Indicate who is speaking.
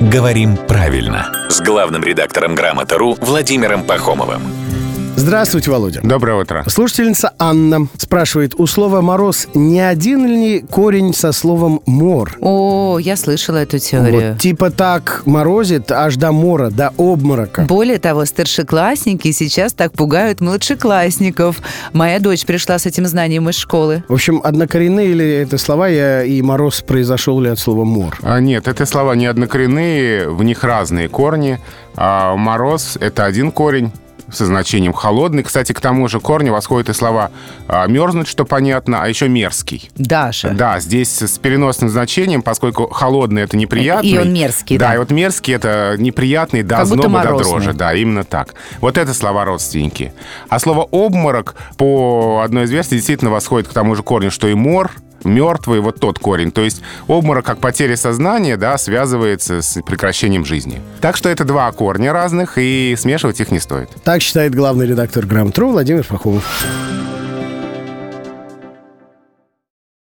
Speaker 1: «Говорим правильно» с главным редактором «Грамота.ру» Владимиром Пахомовым.
Speaker 2: Здравствуйте, Володя.
Speaker 3: Доброе утро.
Speaker 2: Слушательница Анна спрашивает, у слова «мороз» не один ли корень со словом «мор»?
Speaker 4: О, я слышала эту теорию.
Speaker 2: Вот типа так морозит аж до мора, до обморока.
Speaker 4: Более того, старшеклассники сейчас так пугают младшеклассников. Моя дочь пришла с этим знанием из школы.
Speaker 2: В общем, однокоренные ли это слова, я и мороз произошел ли от слова «мор».
Speaker 3: А, нет, это слова не однокоренные, в них разные корни. А, мороз — это один корень со значением «холодный». Кстати, к тому же корню восходят и слова а, «мерзнуть», что понятно, а еще «мерзкий».
Speaker 4: Даша.
Speaker 3: Да, здесь с переносным значением, поскольку холодный это неприятный.
Speaker 4: И он мерзкий,
Speaker 3: да.
Speaker 4: да.
Speaker 3: и вот мерзкий это неприятный, да,
Speaker 4: Как будто
Speaker 3: зноба до
Speaker 4: морозный.
Speaker 3: дрожи. Да, именно так. Вот это слова родственники. А слово обморок по одной из версий действительно восходит к тому же корню, что и мор, мертвый, вот тот корень. То есть обморок как потеря сознания, да, связывается с прекращением жизни. Так что это два корня разных, и смешивать их не стоит.
Speaker 2: Так считает главный редактор «Грамотру» Владимир Пахомов.